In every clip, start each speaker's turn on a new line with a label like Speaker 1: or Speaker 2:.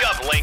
Speaker 1: Gentlemen,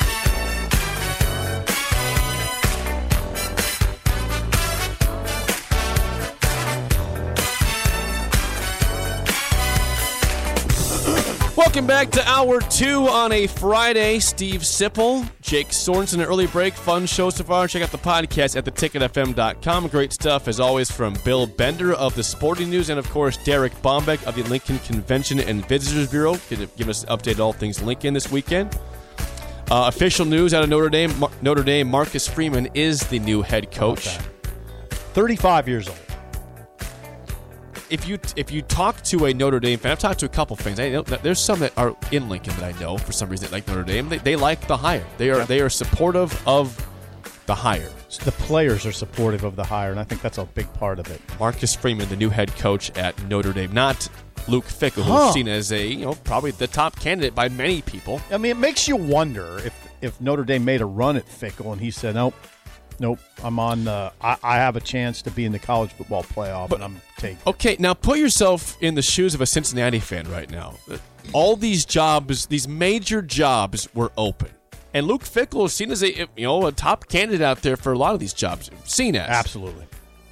Speaker 2: Welcome back to hour two on a Friday. Steve Sipple, Jake Sorensen, an early break. Fun show so far. Check out the podcast at theticketfm.com. Great stuff, as always, from Bill Bender of the Sporting News and, of course, Derek Bombeck of the Lincoln Convention and Visitors Bureau. Gonna Give us an update on all things Lincoln this weekend. Uh, official news out of Notre Dame. Mar- Notre Dame, Marcus Freeman is the new head coach.
Speaker 3: 35 years old.
Speaker 2: if you if you talk to a Notre Dame fan, I've talked to a couple fans. I know that there's some that are in Lincoln that I know for some reason that like Notre Dame. They, they like the hire. They are they are supportive of the hire.
Speaker 3: So the players are supportive of the hire, and I think that's a big part of it.
Speaker 2: Marcus Freeman, the new head coach at Notre Dame, not Luke Fickle,
Speaker 3: Huh.
Speaker 2: who's seen as a you know probably the top candidate by many people.
Speaker 3: I mean, it makes you wonder if if Notre Dame made a run at Fickle and he said, "Nope, nope, I'm on. Uh, I, I have a chance to be in the college football playoff, and I'm taking."
Speaker 2: Okay, now put yourself in the shoes of a Cincinnati fan right now. All these jobs, these major jobs, were open, and Luke Fickle is seen as a you know a top candidate out there for a lot of these jobs. Seen as
Speaker 3: Absolutely.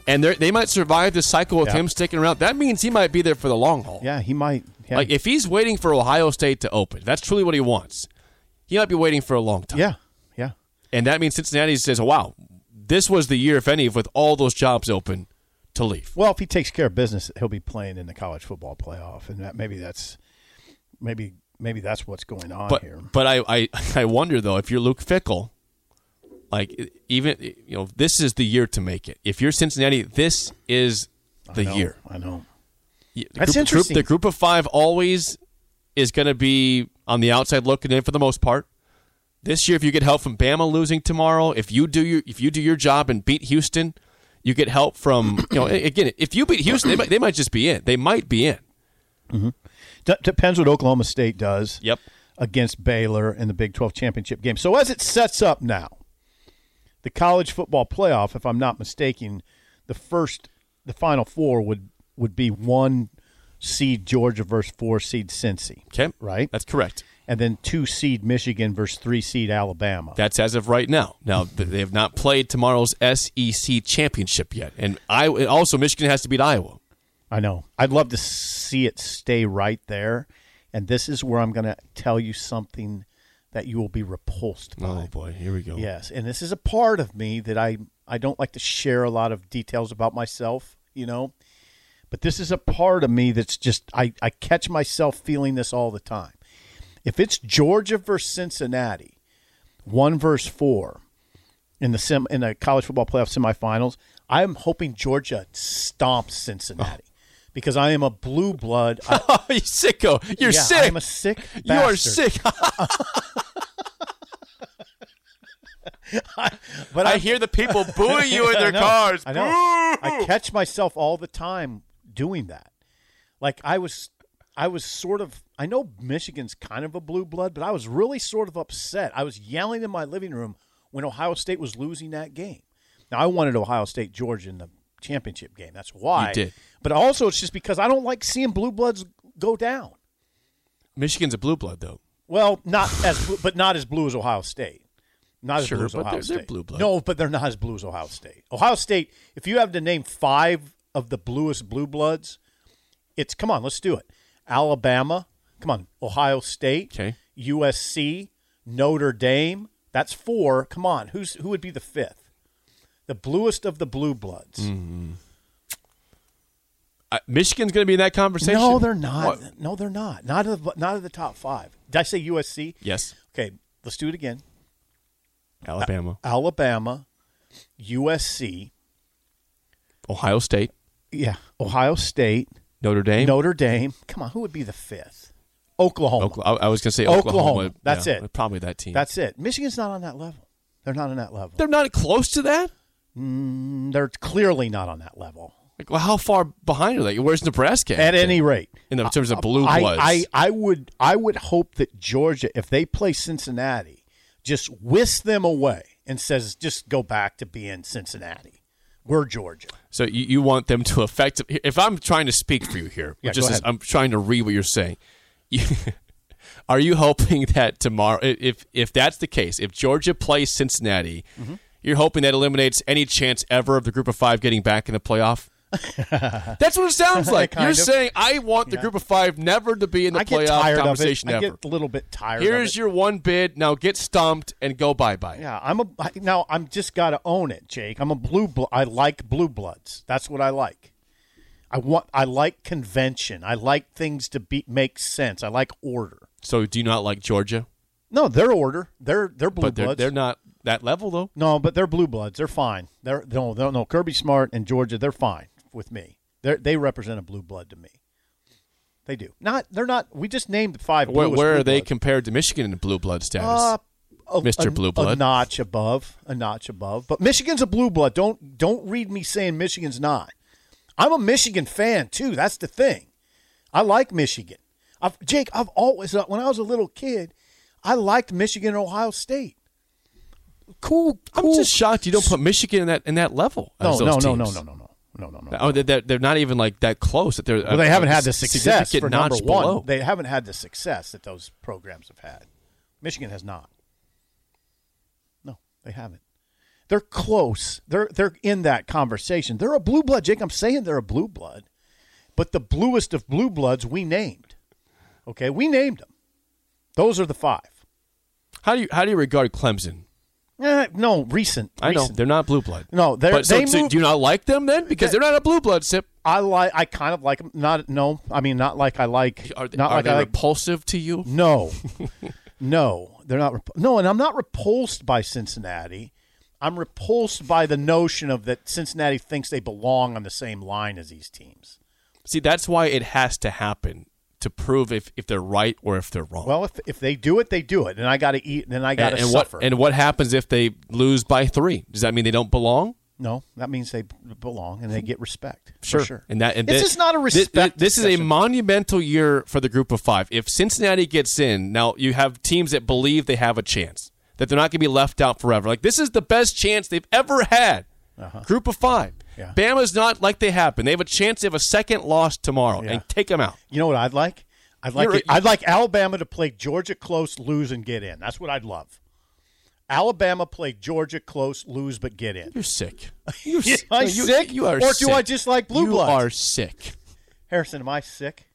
Speaker 2: and they're- they might survive this cycle with
Speaker 3: Yeah.
Speaker 2: him sticking around. That means he might be there for the long haul.
Speaker 3: Yeah, he might. Yeah.
Speaker 2: Like if he's waiting for Ohio State to open, that's truly what he wants. He might be waiting for a long time.
Speaker 3: yeah, yeah.
Speaker 2: And that means Cincinnati says, "Wow, this was the year, if any, with all those jobs open to leave."
Speaker 3: Well, if he takes care of business, he'll be playing in the college football playoff, and that maybe that's maybe maybe that's what's going on
Speaker 2: But
Speaker 3: here.
Speaker 2: but I, I I wonder though if you're Luke Fickle, like even you know this is the year to make it. If you're Cincinnati, this is the
Speaker 3: No,
Speaker 2: year.
Speaker 3: I know.
Speaker 2: Yeah, the
Speaker 3: That's
Speaker 2: group, group-
Speaker 3: interesting.
Speaker 2: the group of five always is going to be on the outside looking in for the most part. This year, if you get help from Bama losing tomorrow, if you do your if you do your job and beat Houston, you get help from you know a- again. If you beat Houston, they might, they might just be in. They might be in.
Speaker 3: D- depends what Oklahoma State does.
Speaker 2: Yep.
Speaker 3: Against Baylor in the Big 12 championship game. So as it sets up now, the college football playoff, if I'm not mistaken, the first, the final four would would be one seed Georgia versus four seed Cincy,
Speaker 2: Okay,
Speaker 3: Right.
Speaker 2: That's correct.
Speaker 3: and then two seed Michigan versus three seed Alabama.
Speaker 2: That's as of right now. Now th- they have not played tomorrow's SEC championship yet, and I and also Michigan has to beat
Speaker 3: Oh,
Speaker 2: Iowa.
Speaker 3: I know. I'd love to see it stay right there. And this is where I'm going to tell you something that you will be repulsed by.
Speaker 2: Oh, boy, here we go.
Speaker 3: Yes, and this is a part of me that I I don't like to share a lot of details about myself, you know. But this is a part of me that's just I I catch myself feeling this all the time. If it's Georgia versus Cincinnati, 1 versus 4 in the sem- in the college football playoff semifinals, I am hoping Georgia stomps Cincinnati. Because I am a blue blood. I,
Speaker 2: Oh, you sicko! You're
Speaker 3: yeah,
Speaker 2: sick.
Speaker 3: I'm a sick.
Speaker 2: you are
Speaker 3: bastard.
Speaker 2: sick.
Speaker 3: But
Speaker 2: I
Speaker 3: I'm-
Speaker 2: hear the people booing you in
Speaker 3: I
Speaker 2: their
Speaker 3: know,
Speaker 2: cars.
Speaker 3: I know. I catch myself all the time doing that. Like I was, I was sort of. I know Michigan's kind of a blue blood, but I was really sort of upset. I was yelling in my living room when Ohio State was losing that game. Now I wanted Ohio State Georgia in the championship game. That's why
Speaker 2: You did.
Speaker 3: But also, it's just because I don't like seeing blue bloods go down.
Speaker 2: Michigan's a blue blood, though.
Speaker 3: Well, not as blue, but not as blue as Ohio State. Not as
Speaker 2: Sure,
Speaker 3: blue as
Speaker 2: but
Speaker 3: Ohio
Speaker 2: they're-
Speaker 3: State.
Speaker 2: they're blue blood.
Speaker 3: No, but they're not as blue as Ohio State. Ohio State. If you have to name five of the bluest blue bloods, it's come on. Let's do it. Alabama. Come on. Ohio State.
Speaker 2: Okay.
Speaker 3: USC. Notre Dame. That's four. Come on. Who's who would be the fifth? The bluest of the blue bloods.
Speaker 2: Mm. Uh, Michigan's going to be in that conversation.
Speaker 3: No, they're not.
Speaker 2: What?
Speaker 3: No, they're not. Not of the- not of the top five. Did I say USC?
Speaker 2: Yes,
Speaker 3: Okay. Let's do it again.
Speaker 2: Alabama,
Speaker 3: Alabama, USC,
Speaker 2: Uh, Ohio State,
Speaker 3: yeah, Ohio State,
Speaker 2: Notre Dame.
Speaker 3: Notre Dame. Come on, who would be the fifth? Oklahoma.
Speaker 2: Okla- I, I was going to say
Speaker 3: Oklahoma.
Speaker 2: Oklahoma.
Speaker 3: That's
Speaker 2: Yeah,
Speaker 3: it.
Speaker 2: Probably that team.
Speaker 3: That's it. Michigan's not on that level. They're not on that level.
Speaker 2: They're not close to that.
Speaker 3: They're clearly not on that level.
Speaker 2: Like, well, how far behind are they? Where's Nebraska?
Speaker 3: At any rate,
Speaker 2: in the- in terms of blue
Speaker 3: I,
Speaker 2: bloods.
Speaker 3: I, I would I would hope that Georgia, if they play Cincinnati, just whisk them away and says just go back to being Cincinnati. We're Georgia.
Speaker 2: So you, you want them to affect? If I'm trying to speak for you here,
Speaker 3: Yeah,
Speaker 2: just
Speaker 3: go
Speaker 2: as
Speaker 3: ahead.
Speaker 2: I'm trying to read what you're saying. You, are you hoping that tomorrow, i- if if that's the case, if Georgia plays Cincinnati,
Speaker 3: Mm-hmm.
Speaker 2: you're hoping that eliminates any chance ever of the Group of Five getting back in the playoff? that's what it sounds like.
Speaker 3: Kind
Speaker 2: You're
Speaker 3: of.
Speaker 2: saying I want the Group of Five never to be in the
Speaker 3: I get
Speaker 2: playoff
Speaker 3: tired of it.
Speaker 2: conversation
Speaker 3: I
Speaker 2: ever.
Speaker 3: get a little bit tired.
Speaker 2: Here's
Speaker 3: of it.
Speaker 2: your one bid. Now get stomped and go bye bye.
Speaker 3: Yeah, I'm a I- now. I'm just got to own it, Jake. I'm a blue. Blo- I like blue bloods. That's what I like. I want. I like convention. I like things to be make sense. I like order.
Speaker 2: So do you not like Georgia?
Speaker 3: No, they're order. They're they're blue
Speaker 2: But they're,
Speaker 3: bloods.
Speaker 2: they're not that level though.
Speaker 3: no, but they're blue bloods. They're fine. They're no no no. Kirby Smart and Georgia. They're fine with me. They they represent a blue blood to me. They do not. They're not. We just named the five.
Speaker 2: Where,
Speaker 3: bluest
Speaker 2: where
Speaker 3: blue
Speaker 2: are they
Speaker 3: bloods.
Speaker 2: compared to Michigan in the blue blood status?
Speaker 3: Uh, a-
Speaker 2: Mr.
Speaker 3: a-
Speaker 2: Blue Blood.
Speaker 3: A notch above, a notch above. But Michigan's a blue blood. Don't don't read me saying Michigan's not. I'm a Michigan fan too. That's the thing. I like Michigan. I've, Jake, I've always uh, when I was a little kid, I liked Michigan and Ohio State. Cool.
Speaker 2: I'm
Speaker 3: cool-
Speaker 2: just shocked you don't put Michigan in that in that level.
Speaker 3: No,
Speaker 2: as
Speaker 3: no,
Speaker 2: those
Speaker 3: no, no,
Speaker 2: teams.
Speaker 3: no, no, no, no, no, no.
Speaker 2: Oh, they're, they're- they're not even like that close. That they're uh,
Speaker 3: well, they haven't had the success
Speaker 2: significant
Speaker 3: for number
Speaker 2: notch
Speaker 3: one.
Speaker 2: below.
Speaker 3: They haven't had the success that those programs have had. Michigan has not. No, they haven't. They're close. They're they're in that conversation. They're a blue blood, Jake. I'm saying they're a blue blood, but the bluest of blue bloods we named. Okay, we named them. Those are the five.
Speaker 2: How do you how do you regard Clemson?
Speaker 3: Eh, no, recent.
Speaker 2: I know
Speaker 3: recent.
Speaker 2: they're not blue blood.
Speaker 3: No, they're-
Speaker 2: But so-
Speaker 3: they
Speaker 2: so
Speaker 3: moved-
Speaker 2: do you not like them then? Because they're not a blue blood. Sip.
Speaker 3: I like. I kind of like them. Not no. I mean, not like I like.
Speaker 2: Are they,
Speaker 3: not
Speaker 2: are
Speaker 3: like
Speaker 2: they
Speaker 3: I like
Speaker 2: repulsive to you?
Speaker 3: No, no, they're not. Rep- no, and I'm not repulsed by Cincinnati. I'm repulsed by the notion of that Cincinnati thinks they belong on the same line as these teams.
Speaker 2: See, that's why it has to happen to prove if, if they're right or if they're wrong.
Speaker 3: Well, if, if they do it, they do it, and I got to eat, and I got
Speaker 2: and,
Speaker 3: to
Speaker 2: and what
Speaker 3: suffer.
Speaker 2: and what happens if they lose by three? Does that mean they don't belong?
Speaker 3: no, that means they b- belong and they get respect. for sure.
Speaker 2: And that and
Speaker 3: this
Speaker 2: that-
Speaker 3: is not a
Speaker 2: thi- thi-
Speaker 3: respect.
Speaker 2: This, is a
Speaker 3: discussion.
Speaker 2: monumental year for the group of five. If Cincinnati gets in, now you have teams that believe they have a chance, that they're not going to be left out forever. Like this is the best chance they've ever had. Group of five.
Speaker 3: Uh-huh. Yeah.
Speaker 2: Bama's not like they have been. They have a chance. They have a second loss tomorrow
Speaker 3: Yeah.
Speaker 2: and take them out.
Speaker 3: You know what I'd like? I'd like
Speaker 2: You're-
Speaker 3: it, I'd like Alabama to play Georgia close, lose, and get in. That's what I'd love. Alabama play Georgia close, lose, but get in.
Speaker 2: You're sick. You're
Speaker 3: Am I
Speaker 2: you,
Speaker 3: sick?
Speaker 2: You are
Speaker 3: Or do
Speaker 2: sick.
Speaker 3: I just like blue
Speaker 2: You
Speaker 3: bloods?
Speaker 2: are sick.
Speaker 3: Harrison, am I sick?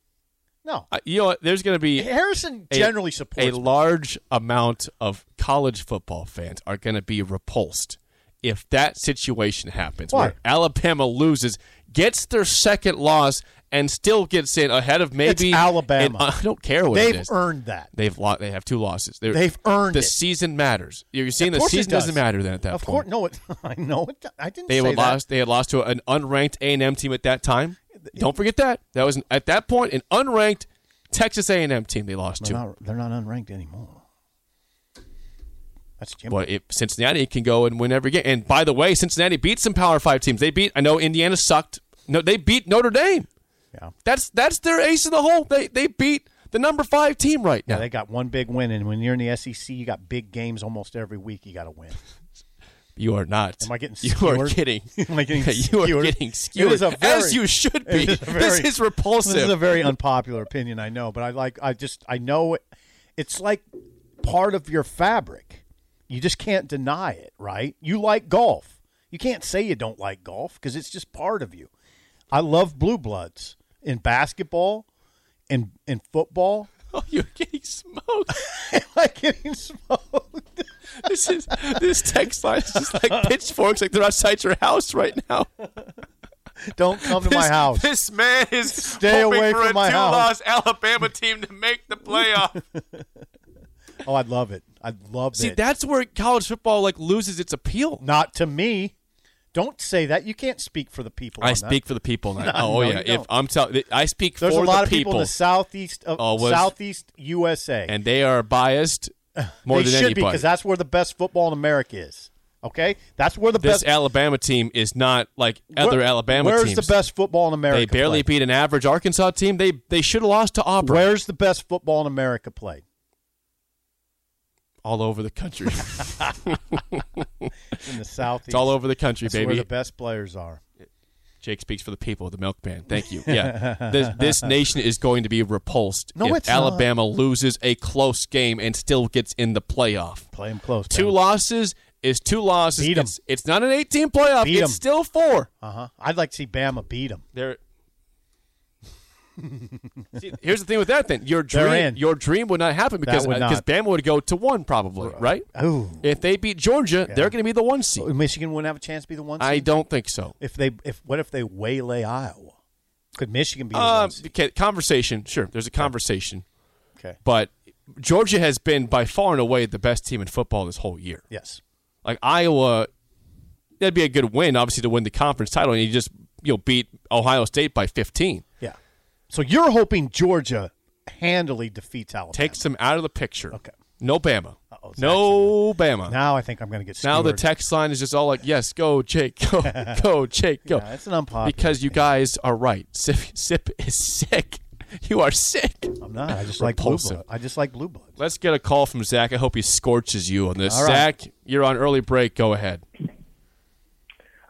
Speaker 3: No.
Speaker 2: Uh, you know what? There's going to be
Speaker 3: Harrison
Speaker 2: a-
Speaker 3: generally
Speaker 2: a
Speaker 3: supports.
Speaker 2: large amount of college football fans are going to be repulsed if that situation happens
Speaker 3: Why?
Speaker 2: where Alabama loses, gets their second loss, and still gets in ahead of maybe
Speaker 3: It's
Speaker 2: and
Speaker 3: Alabama.
Speaker 2: I don't care what it
Speaker 3: They've
Speaker 2: is.
Speaker 3: earned that.
Speaker 2: They've lo- they have two losses. They're,
Speaker 3: They've earned
Speaker 2: the
Speaker 3: it.
Speaker 2: season matters. You're saying
Speaker 3: Of
Speaker 2: the
Speaker 3: course it
Speaker 2: season doesn't
Speaker 3: does.
Speaker 2: matter then at that
Speaker 3: Of
Speaker 2: point.
Speaker 3: course, no. It, I know it. I didn't
Speaker 2: They
Speaker 3: say
Speaker 2: had
Speaker 3: that.
Speaker 2: lost. They had lost to an unranked A and M team at that time. Don't forget that. That was an- at that point an unranked Texas A and M team. They lost
Speaker 3: They're
Speaker 2: to.
Speaker 3: not, they're not unranked anymore. That's Jim.
Speaker 2: But if Cincinnati can go and win every game, and by the way, Cincinnati beat some Power Five teams. They beat. I know Indiana sucked. No, they beat Notre Dame.
Speaker 3: Yeah.
Speaker 2: That's that's their ace of the hole. They they beat the number five team right now.
Speaker 3: They got one big win, and when you're in the SEC, you got big games almost every week. You got to win.
Speaker 2: you are not.
Speaker 3: Am I getting
Speaker 2: You are
Speaker 3: skewered?
Speaker 2: kidding.
Speaker 3: Am I getting
Speaker 2: you are
Speaker 3: skewered?
Speaker 2: getting
Speaker 3: It
Speaker 2: skewered.
Speaker 3: is a
Speaker 2: as
Speaker 3: very-
Speaker 2: you should be.
Speaker 3: It is a
Speaker 2: this
Speaker 3: very-
Speaker 2: is repulsive.
Speaker 3: This is a very unpopular opinion, I know, but I like. I just I know it. It's like part of your fabric. You just can't deny it, right? You like golf. You can't say you don't like golf because it's just part of you. I love blue bloods in basketball, and in football.
Speaker 2: oh, you're getting smoked.
Speaker 3: Am I getting smoked?
Speaker 2: this is this text line is just like pitchforks. Like they're outside your house right now.
Speaker 3: Don't come to my house.
Speaker 2: This man is
Speaker 3: Stay
Speaker 2: hoping
Speaker 3: away
Speaker 2: for
Speaker 3: from
Speaker 2: a
Speaker 3: my
Speaker 2: two-loss Alabama team to make the playoff.
Speaker 3: Oh, I'd love it. I'd love
Speaker 2: See,
Speaker 3: it.
Speaker 2: that's where college football like loses its appeal.
Speaker 3: Not to me. Don't say that. You can't speak for the people.
Speaker 2: I
Speaker 3: on that.
Speaker 2: speak for the people. Now. oh
Speaker 3: no,
Speaker 2: yeah,
Speaker 3: you
Speaker 2: if
Speaker 3: don't.
Speaker 2: I'm telling, I speak
Speaker 3: There's
Speaker 2: for
Speaker 3: a lot
Speaker 2: the
Speaker 3: of people in the southeast of
Speaker 2: Oh, was-
Speaker 3: southeast USA.
Speaker 2: and they are biased more
Speaker 3: they
Speaker 2: than
Speaker 3: should be
Speaker 2: anybody.
Speaker 3: because that's where the best football in America is. Okay, that's where the
Speaker 2: this
Speaker 3: best
Speaker 2: Alabama team is not like other
Speaker 3: where-
Speaker 2: Alabama
Speaker 3: Where's
Speaker 2: teams.
Speaker 3: the best football in America?
Speaker 2: they barely
Speaker 3: played?
Speaker 2: beat an average Arkansas team. They they should have lost to Auburn.
Speaker 3: Where's the best football in America played?
Speaker 2: all over the country.
Speaker 3: It's in the southeast.
Speaker 2: it's all over the country,
Speaker 3: That's where
Speaker 2: baby.
Speaker 3: the best players are.
Speaker 2: Jake speaks for the people, the milkman. Thank you. Yeah, this, this nation is going to be repulsed
Speaker 3: No,
Speaker 2: if
Speaker 3: it's not.
Speaker 2: Alabama loses a close game and still gets in the playoff.
Speaker 3: Play them close.
Speaker 2: Two losses is two losses.
Speaker 3: Beat 'em.
Speaker 2: It's, it's not an 18 playoff.
Speaker 3: Beat
Speaker 2: it's
Speaker 3: 'em.
Speaker 2: still four.
Speaker 3: Uh huh. I'd like to see Bama beat them.
Speaker 2: They're See, here's the thing with that. Then your
Speaker 3: They're
Speaker 2: dream,
Speaker 3: in.
Speaker 2: your dream would not happen because
Speaker 3: would
Speaker 2: uh, 'cause
Speaker 3: not.
Speaker 2: Bama would go to one probably, right?
Speaker 3: Ooh.
Speaker 2: If they beat Georgia, they're going to be the one seed.
Speaker 3: Michigan wouldn't have a chance to be the one.
Speaker 2: I
Speaker 3: seed?
Speaker 2: don't think so.
Speaker 3: If they, if what if they waylay Iowa? Could Michigan be the
Speaker 2: Um,
Speaker 3: one? seed?
Speaker 2: okay, conversation. Sure, there's a conversation,
Speaker 3: Okay.
Speaker 2: but Georgia has been by far and away the best team in football this whole year.
Speaker 3: Yes.
Speaker 2: Like Iowa, that'd be a good win, obviously, to win the conference title, and you just you know beat Ohio State by 15.
Speaker 3: Yeah. So you're hoping Georgia handily defeats Alabama.
Speaker 2: Takes them out of the picture.
Speaker 3: Okay.
Speaker 2: No Bama.
Speaker 3: Uh-oh, it's
Speaker 2: no Bama.
Speaker 3: now I think I'm going to get
Speaker 2: Now the
Speaker 3: skewered.
Speaker 2: text line is just all like, "Yes, go Jake, go, go Jake, go."
Speaker 3: Yeah, it's an unpopular
Speaker 2: because you guys are right. Sip, sip is sick. You are sick.
Speaker 3: I'm not. I just like blue
Speaker 2: Repulsive.
Speaker 3: blood. I just like blue blood.
Speaker 2: Let's get a call from Zach. I hope he scorches you on this.
Speaker 3: All right.
Speaker 2: Zach, you're on early break. Go ahead.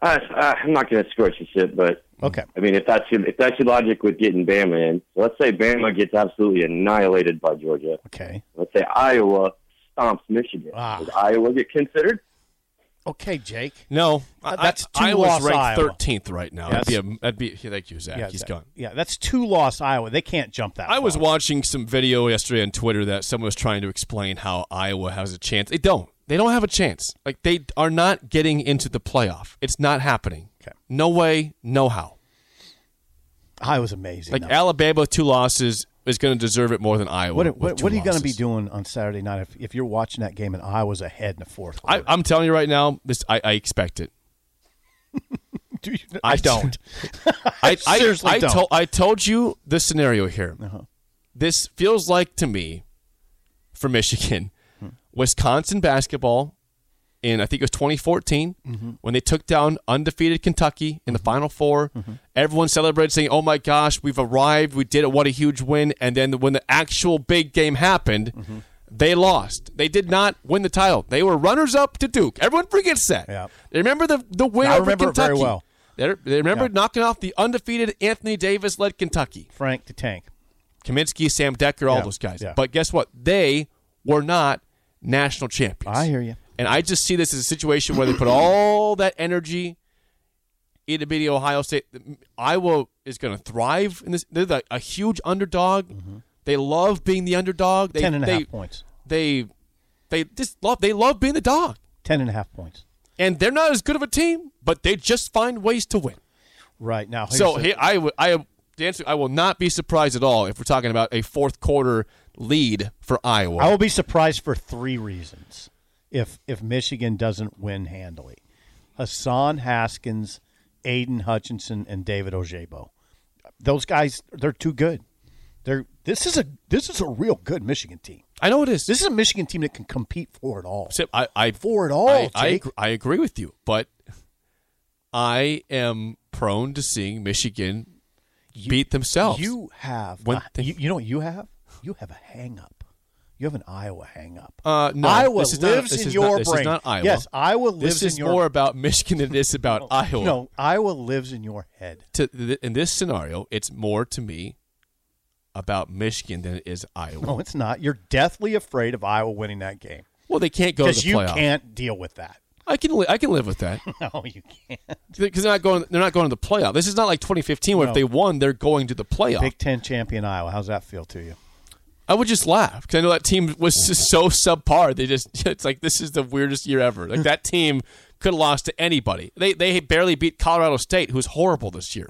Speaker 4: Uh, uh, I'm not going to scorch the shit, but
Speaker 3: Okay.
Speaker 4: I mean, if that's your, if that's your logic with getting Bama in, let's say Bama gets absolutely annihilated by Georgia.
Speaker 3: Okay.
Speaker 4: Let's say Iowa stomps Michigan.
Speaker 3: Ah.
Speaker 4: Does Iowa get considered?
Speaker 3: Okay, Jake.
Speaker 2: No,
Speaker 3: Uh, that's
Speaker 2: I,
Speaker 3: two
Speaker 2: Iowa's
Speaker 3: loss
Speaker 2: ranked
Speaker 3: Iowa.
Speaker 2: 13th right now.
Speaker 3: Yeah,
Speaker 2: That'd be a, that'd be yeah, thank you, Zach.
Speaker 3: Yeah,
Speaker 2: He's
Speaker 3: that-
Speaker 2: gone.
Speaker 3: Yeah, that's two loss Iowa. They can't jump that.
Speaker 2: I was
Speaker 3: far.
Speaker 2: watching some video yesterday on Twitter that someone was trying to explain how Iowa has a chance. They don't. They don't have a chance. Like they are not getting into the playoff. It's not happening.
Speaker 3: Okay.
Speaker 2: No way, no how.
Speaker 3: Iowa's amazing.
Speaker 2: Like
Speaker 3: though.
Speaker 2: Alabama with two losses is going to deserve it more than Iowa.
Speaker 3: what,
Speaker 2: with
Speaker 3: what,
Speaker 2: two
Speaker 3: what are you going to be
Speaker 2: losses.
Speaker 3: doing on Saturday night if, if you're watching that game and Iowa's ahead in the fourth?
Speaker 2: I,
Speaker 3: Quarter?
Speaker 2: I'm telling you right now, this I, I expect it.
Speaker 3: Do you-
Speaker 2: I- I, I
Speaker 3: Seriously
Speaker 2: I,
Speaker 3: don't. Uh-huh.
Speaker 2: told I told you the scenario here. This feels like to me, for Michigan,
Speaker 3: Hmm.
Speaker 2: Wisconsin basketball, in I think it was 2014
Speaker 3: Mm-hmm.
Speaker 2: when they took down undefeated Kentucky in the Final 4
Speaker 3: Mm-hmm.
Speaker 2: Everyone celebrated, saying, "Oh my gosh, we've arrived! We did it! What a huge win!" And then when the actual big game happened.
Speaker 3: Mm-hmm.
Speaker 2: They lost. They did not win the title. They were runners up to Duke. Everyone forgets that.
Speaker 3: Yeah.
Speaker 2: They remember the the win
Speaker 3: I
Speaker 2: over
Speaker 3: remember it very
Speaker 2: Kentucky.
Speaker 3: well.
Speaker 2: They, they remember knocking off the undefeated Anthony Davis led Kentucky.
Speaker 3: Frank the Tank.
Speaker 2: Kaminsky, Sam Decker, all
Speaker 3: Yeah,
Speaker 2: those guys.
Speaker 3: yeah.
Speaker 2: But guess what? They were not national champions.
Speaker 3: I hear you.
Speaker 2: And I just see this as a situation where they put all that energy into beating Ohio State. Iowa is going to thrive in this. They're the, a huge underdog. They love being the underdog. They,
Speaker 3: Mm-hmm. Ten and a
Speaker 2: they,
Speaker 3: half points.
Speaker 2: They, they just love. They love being the dog.
Speaker 3: Ten and a half points.
Speaker 2: And they're not as good of a team, but they just find ways to win.
Speaker 3: Right now. here's
Speaker 2: So
Speaker 3: the-
Speaker 2: he, I, w- I, to answer, I will not be surprised at all if we're talking about a fourth quarter lead for Iowa.
Speaker 3: I will be surprised for three reasons if if Michigan doesn't win handily. Hassan Haskins, Aiden Hutchinson, and David Ojabo. Those guys, they're too good. They're this is a this is a real good Michigan team.
Speaker 2: I know it is.
Speaker 3: This is a Michigan team that can compete for it all.
Speaker 2: Sip, I, I,
Speaker 3: For it all,
Speaker 2: I, I,
Speaker 3: Jake.
Speaker 2: agr- I agree with you, but I am prone to seeing Michigan beat themselves.
Speaker 3: You have
Speaker 2: One
Speaker 3: a-
Speaker 2: thing-
Speaker 3: you, you know what you have? You have a hang up. You have an Iowa hang up.
Speaker 2: uh, no,
Speaker 3: Iowa
Speaker 2: this is not-
Speaker 3: lives
Speaker 2: this
Speaker 3: in
Speaker 2: is
Speaker 3: your
Speaker 2: not, This
Speaker 3: brain.
Speaker 2: is not Iowa.
Speaker 3: Yes, Iowa lives
Speaker 2: This is
Speaker 3: in your
Speaker 2: more about Michigan than it is about Iowa.
Speaker 3: No, Iowa lives in your head.
Speaker 2: To th- in this scenario, it's more to me about Michigan than it is Iowa.
Speaker 3: No, it's not. You're deathly afraid of Iowa winning that game
Speaker 2: Well, they can't go to the
Speaker 3: because you
Speaker 2: playoff.
Speaker 3: can't deal with that.
Speaker 2: I can li- I can live with that.
Speaker 3: No, you can't.
Speaker 2: because they're not going. They're not going to the playoff. This is not like 2015 where if
Speaker 3: No.
Speaker 2: they won, they're going to the playoff.
Speaker 3: Big Ten champion Iowa. How's that feel to you?
Speaker 2: I would just laugh because I know that team was just so subpar. They just it's like this is the weirdest year ever. Like that team could have lost to anybody. They they barely beat Colorado State, who's horrible this year.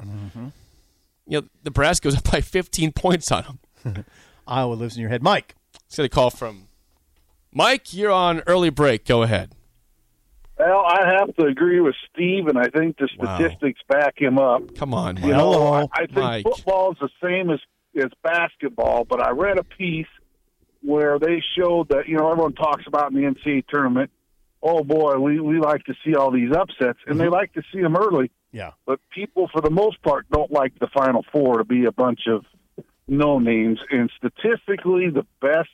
Speaker 2: You know, Nebraska was up by 15 points on them.
Speaker 3: Iowa lives in your head, Mike.
Speaker 2: Let's get a call from Mike. You're on early break. Go ahead.
Speaker 5: Well, I have to agree with Steve, and I think the
Speaker 2: Wow.
Speaker 5: statistics back him up.
Speaker 2: Come on, Mike.
Speaker 5: You know,
Speaker 3: Hello,
Speaker 5: I, I think
Speaker 2: Mike.
Speaker 5: football is the same as, as basketball, but I read a piece where they showed that you know everyone talks about in the NCAA tournament. Oh boy, we we like to see all these upsets, and
Speaker 2: Mm-hmm.
Speaker 5: they like to see them early.
Speaker 3: Yeah.
Speaker 5: But people, for the most part, don't like the Final Four to be a bunch of no names. And statistically, the best,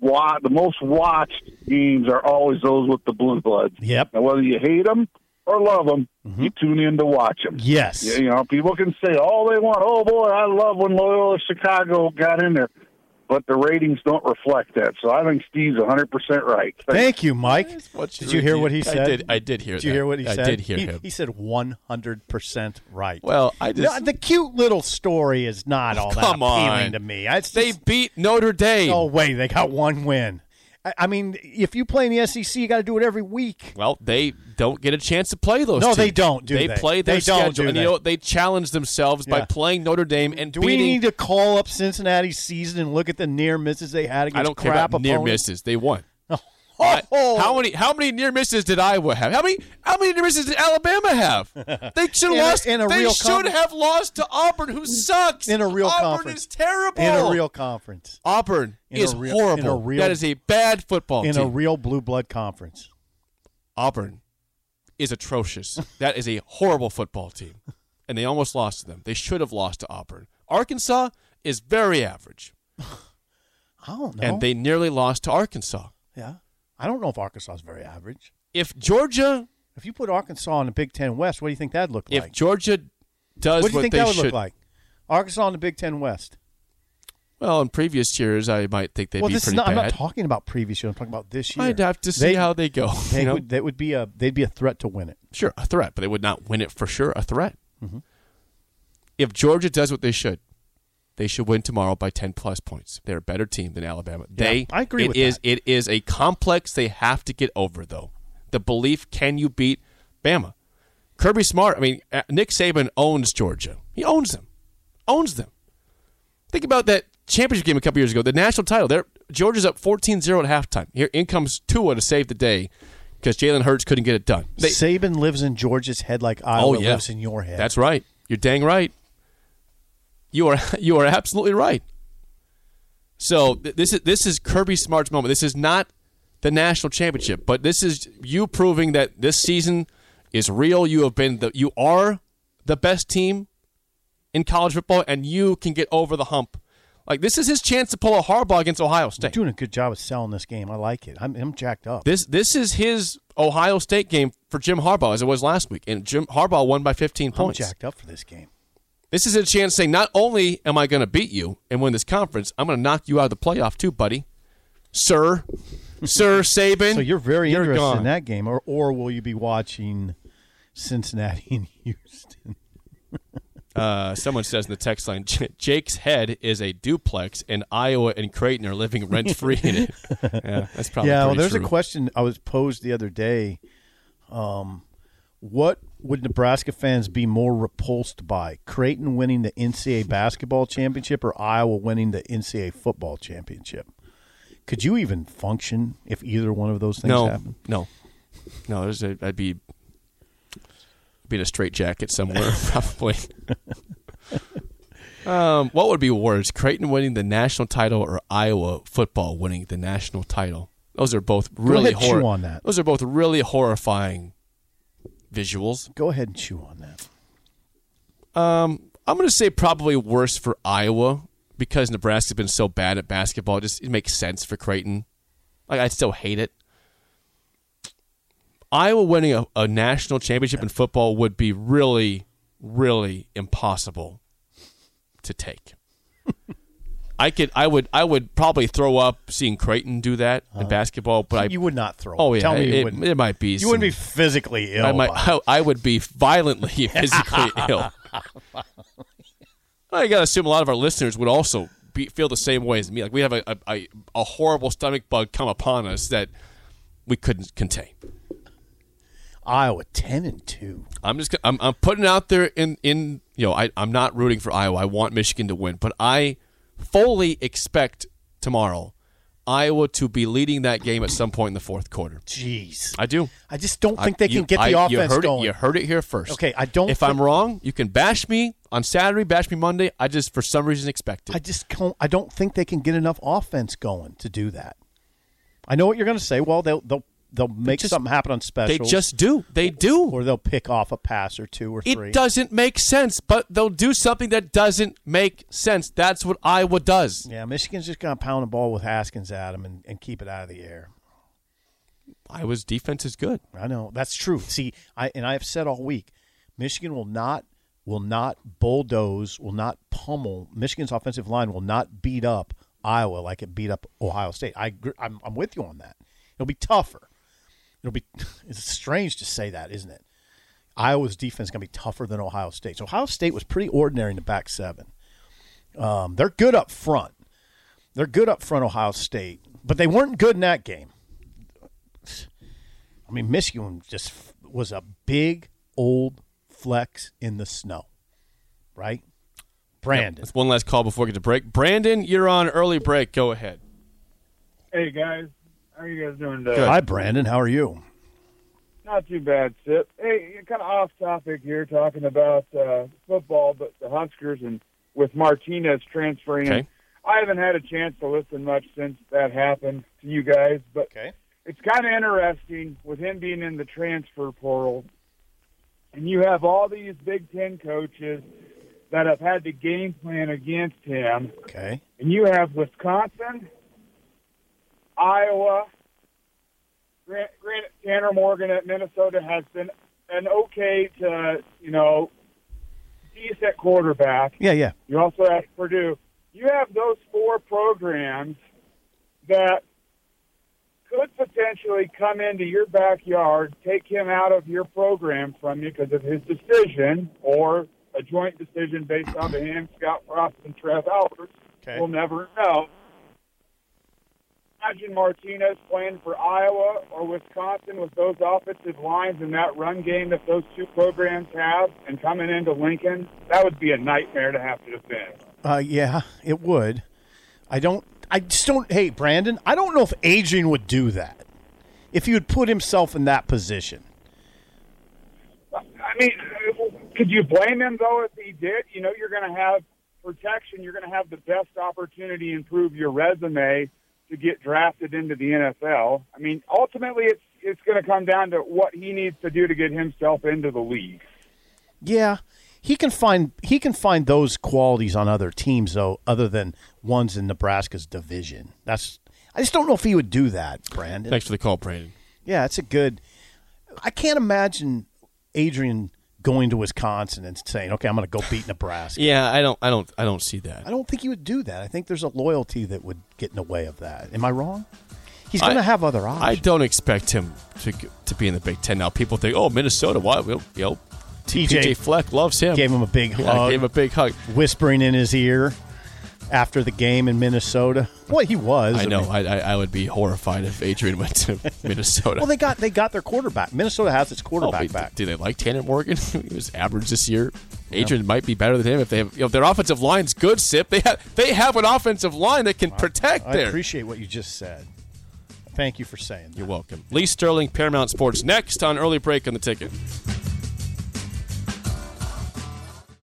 Speaker 5: wa- the most watched games are always those with the blue bloods.
Speaker 3: Yep.
Speaker 5: Now, whether you hate them or love them, you tune in to watch them.
Speaker 3: Yes.
Speaker 5: You know, people can say all they want. Oh boy, I love when Loyola Chicago got in there, but the ratings don't reflect that. So I think Steve's 100 percent right.
Speaker 3: Thank you, Mike.
Speaker 2: What
Speaker 3: Did you hear what he said?
Speaker 2: I did. I did hear.
Speaker 3: Did you
Speaker 2: that.
Speaker 3: hear what he
Speaker 2: I
Speaker 3: said?
Speaker 2: did hear
Speaker 3: he,
Speaker 2: him.
Speaker 3: He said 100% right.
Speaker 2: well, I
Speaker 3: No,
Speaker 2: just
Speaker 3: the cute little story is not all that
Speaker 2: Come
Speaker 3: appealing
Speaker 2: on.
Speaker 3: to me. It's
Speaker 2: they
Speaker 3: just-
Speaker 2: beat Notre Dame.
Speaker 3: no way they got one win. I, I mean, if you play in the SEC, you got to do it every week.
Speaker 2: Well, they don't get a chance to play those.
Speaker 3: No, they
Speaker 2: teams.
Speaker 3: don't, do
Speaker 2: they?
Speaker 3: they?
Speaker 2: play their
Speaker 3: They don't,
Speaker 2: schedule,
Speaker 3: do
Speaker 2: and
Speaker 3: they?
Speaker 2: you know what? they challenge themselves by
Speaker 3: Yeah.
Speaker 2: playing Notre Dame and
Speaker 3: Do we
Speaker 2: beating.
Speaker 3: need to call up Cincinnati's season and look at the near misses they had against
Speaker 2: I don't care
Speaker 3: crap
Speaker 2: about near
Speaker 3: opponents?
Speaker 2: misses. They won.
Speaker 3: Oh,
Speaker 2: What? How many? How many near misses did Iowa have? How many? How many near misses did Alabama have? They should have
Speaker 3: In a-
Speaker 2: lost.
Speaker 3: in a
Speaker 2: they
Speaker 3: real
Speaker 2: should
Speaker 3: conference.
Speaker 2: have lost to Auburn, who sucks.
Speaker 3: In a real
Speaker 2: Auburn
Speaker 3: conference.
Speaker 2: is terrible.
Speaker 3: in a real conference,
Speaker 2: Auburn
Speaker 3: In a
Speaker 2: is
Speaker 3: real-
Speaker 2: horrible.
Speaker 3: in a real-
Speaker 2: that is a bad football
Speaker 3: in
Speaker 2: team.
Speaker 3: a real blue blood conference.
Speaker 2: Auburn is atrocious. that is a horrible football team. And they almost lost to them. They should have lost to Auburn. Arkansas is very average.
Speaker 3: I don't know.
Speaker 2: And they nearly lost to Arkansas.
Speaker 3: yeah, I don't know if Arkansas is very average.
Speaker 2: If Georgia
Speaker 3: If you put Arkansas in the Big Ten West, what do you think that'd look
Speaker 2: if
Speaker 3: like?
Speaker 2: Georgia does
Speaker 3: What do you think
Speaker 2: they
Speaker 3: that would
Speaker 2: should
Speaker 3: look like? Arkansas in the Big Ten West.
Speaker 2: well in previous years I might think they'd
Speaker 3: well,
Speaker 2: be
Speaker 3: this is
Speaker 2: pretty
Speaker 3: not. I'm not
Speaker 2: bad.
Speaker 3: talking about previous year. I'm talking about this year.
Speaker 2: I'd have to see
Speaker 3: They-
Speaker 2: how they go.
Speaker 3: They
Speaker 2: you know?
Speaker 3: would. That would be a. They'd be a threat to win it.
Speaker 2: sure, a threat, but they would not win it for sure, a threat.
Speaker 3: Mm-hmm.
Speaker 2: If Georgia does what they should, they should win tomorrow by 10 plus points. They're a better team than Alabama. they
Speaker 3: I agree
Speaker 2: it
Speaker 3: with
Speaker 2: is-
Speaker 3: that.
Speaker 2: it is a complex they have to get over though. The belief can you beat Bama? Kirby Smart, I mean uh, Nick Saban owns Georgia. He owns them. Owns them. Think about that championship game a couple years ago, the national title. There, Georgia's up 14-0 at halftime. Here in comes Tua to save the day because Jalen Hurts couldn't get it done. They-
Speaker 3: Saban lives in George's head like Iowa lives in your head.
Speaker 2: Oh, That's right. You're dang right. You are you are absolutely right. So th- this is this is Kirby Smart's moment. This is not the national championship, but this is you proving that this season is real. You have been the you are the best team in college football, and you can get over the hump. Like this is his chance to pull a Harbaugh against Ohio State.
Speaker 3: doing a good job of selling this game. I like it. I'm, I'm jacked up.
Speaker 2: This this is his Ohio State game for Jim Harbaugh as it was last week, and Jim Harbaugh won by 15
Speaker 3: I'm
Speaker 2: points.
Speaker 3: jacked up for this game.
Speaker 2: This is a chance saying not only am I going to beat you and win this conference, I'm going to knock you out of the playoff too, buddy. Sir, sir Saban.
Speaker 3: So you're very interested
Speaker 2: gone.
Speaker 3: in that game, or or will you be watching Cincinnati and Houston?
Speaker 2: Uh, someone says in the text line, "J- Jake's head is a duplex, and Iowa and Creighton are living rent free in it. Yeah, that's probably
Speaker 3: yeah, well,
Speaker 2: pretty
Speaker 3: there's
Speaker 2: true.
Speaker 3: a question I was posed the other day. Um, what would Nebraska fans be more repulsed by? Creighton winning the NCAA basketball championship or Iowa winning the NCAA football championship? Could you even function if either one of those things
Speaker 2: no,
Speaker 3: happened?
Speaker 2: no, no. There's a, I'd be be in a straitjacket somewhere probably. um, what would be worse, Creighton winning the national title or Iowa football winning the national title? Those are both really
Speaker 3: ahead,
Speaker 2: hor-
Speaker 3: chew on that.
Speaker 2: Those are both really horrifying visuals.
Speaker 3: Go ahead and chew on that.
Speaker 2: Um, I'm going to say probably worse for Iowa because Nebraska's been so bad at basketball. It just it makes sense for Creighton. Like I still hate it. Iowa winning a, a national championship in football would be really, really impossible to take. I could, I would, I would probably throw up seeing Creighton do that in basketball. But I,
Speaker 3: Uh-huh. you would not throw.
Speaker 2: oh yeah,
Speaker 3: tell me
Speaker 2: it,
Speaker 3: you
Speaker 2: it-
Speaker 3: wouldn't.
Speaker 2: it might be.
Speaker 3: you wouldn't be physically ill.
Speaker 2: I might.
Speaker 3: by it.
Speaker 2: I, I would be violently physically ill. I gotta assume a lot of our listeners would also be, feel the same way as me. Like we have a, a- a a horrible stomach bug come upon us that we couldn't contain.
Speaker 3: Iowa ten and two.
Speaker 2: I'm just gonna- I'm, I'm putting out there in in you know I I'm not rooting for Iowa. I want Michigan to win, but I fully expect tomorrow Iowa to be leading that game at some point in the fourth quarter.
Speaker 3: Jeez.
Speaker 2: I do.
Speaker 3: I just don't think they
Speaker 2: I-
Speaker 3: can
Speaker 2: you-
Speaker 3: get the
Speaker 2: I- you
Speaker 3: offense
Speaker 2: heard it-
Speaker 3: going.
Speaker 2: you heard it here first.
Speaker 3: Okay, I don't
Speaker 2: If
Speaker 3: thi-
Speaker 2: I'm wrong, you can bash me on Saturday, bash me Monday. I just for some reason expect it.
Speaker 3: I just don't. I don't think they can get enough offense going to do that. I know what you're going to say. Well, they'll they'll they'll make
Speaker 2: just-
Speaker 3: something happen on
Speaker 2: they
Speaker 3: special.
Speaker 2: just do. They do.
Speaker 3: or they'll pick off a pass or two or three.
Speaker 2: It doesn't make sense, but they'll do something that doesn't make sense. That's what Iowa does.
Speaker 3: Yeah, Michigan's just going to pound the ball with Haskins at him and, and keep it out of the air.
Speaker 2: Iowa's defense is good.
Speaker 3: I know that's true. See, I and I have said all week, Michigan will not will not bulldoze, will not pummel. Michigan's offensive line will not beat up Iowa like it beat up Ohio State. I gr- I'm, I'm with you on that. It'll be tougher. It'll be it's strange to say that, isn't it? Iowa's defense is going to be tougher than Ohio State's. Ohio State was pretty ordinary in the back seven. Um, they're good up front. They're good up front, Ohio State, but they weren't good in that game. I mean, Michigan just f- was a big old flex in the snow, right? Brandon,
Speaker 2: That's one last call before we get to break. Brandon, you're on early break. Go ahead.
Speaker 6: Hey guys, how are you guys doing today?
Speaker 3: hi Brandon, how are you?
Speaker 6: Not too bad, Sip. Hey, you're kind of off topic here, talking about uh, football, but the Huskers and with Martinez transferring.
Speaker 2: Okay.
Speaker 6: I haven't had a chance to listen much since that happened to you guys, but it's kind of interesting with him being in the transfer portal, and you have all these Big Ten coaches that have had to game plan against him
Speaker 3: Okay,
Speaker 6: and you have Wisconsin, Iowa. Grant, Grant, Tanner Morgan at Minnesota has been an okay to you know decent quarterback.
Speaker 3: yeah, yeah,
Speaker 6: You also have Purdue. You have those four programs that could potentially come into your backyard, take him out of your program from you because of his decision or a joint decision based off of him, Scott Frost, and Trev Alberts.
Speaker 3: Okay.
Speaker 6: We'll never know. Imagine Martinez playing for Iowa or Wisconsin with those offensive lines and that run game that those two programs have, and coming into Lincoln, that would be a nightmare to have to defend.
Speaker 3: uh, yeah. It would. I don't. I just don't. Hey, Brandon, I don't know if Adrian would do that if he would put himself in that position.
Speaker 6: I mean, could you blame him though if he did? You know, you're going to have protection. You're going to have the best opportunity to improve your resume to get drafted into the NFL. I mean, ultimately, it's it's going to come down to what he needs to do to get himself into the league.
Speaker 3: Yeah, he can find he can find those qualities on other teams though, other than ones in Nebraska's division. That's. I just don't know if he would do that, Brandon.
Speaker 2: Thanks for the call, Brandon.
Speaker 3: Yeah, it's a good. I can't imagine Adrian going to Wisconsin and saying, "Okay, I'm going to go beat Nebraska."
Speaker 2: Yeah, I don't, I don't, I don't see that.
Speaker 3: I don't think he would do that. I think there's a loyalty that would get in the way of that. Am I wrong? He's
Speaker 2: I-
Speaker 3: going to have other
Speaker 2: I
Speaker 3: options.
Speaker 2: don't expect him to g- to be in the Big Ten now. People think, oh, Minnesota, why? Well, you know,
Speaker 3: TJ
Speaker 2: TJ Fleck loves him.
Speaker 3: gave him a big
Speaker 2: Yeah,
Speaker 3: hug,
Speaker 2: gave him a big hug.
Speaker 3: whispering in his ear after the game in Minnesota. Well, he was.
Speaker 2: I know.
Speaker 3: mean-
Speaker 2: I, I I would be horrified if Adrian went to Minnesota.
Speaker 3: well, they got they got their quarterback. Minnesota has its
Speaker 2: Oh,
Speaker 3: quarterback
Speaker 2: wait,
Speaker 3: back.
Speaker 2: Do they like Tanner Morgan? he was average this year. Adrian might be better than him if they have. You know, if their offensive line's good, Sip. They have they have an offensive line that can protect
Speaker 3: I
Speaker 2: there.
Speaker 3: appreciate what you just said. Thank you for saying that.
Speaker 2: You're welcome. Lee Sterling, Paramount Sports, next on early break on the ticket.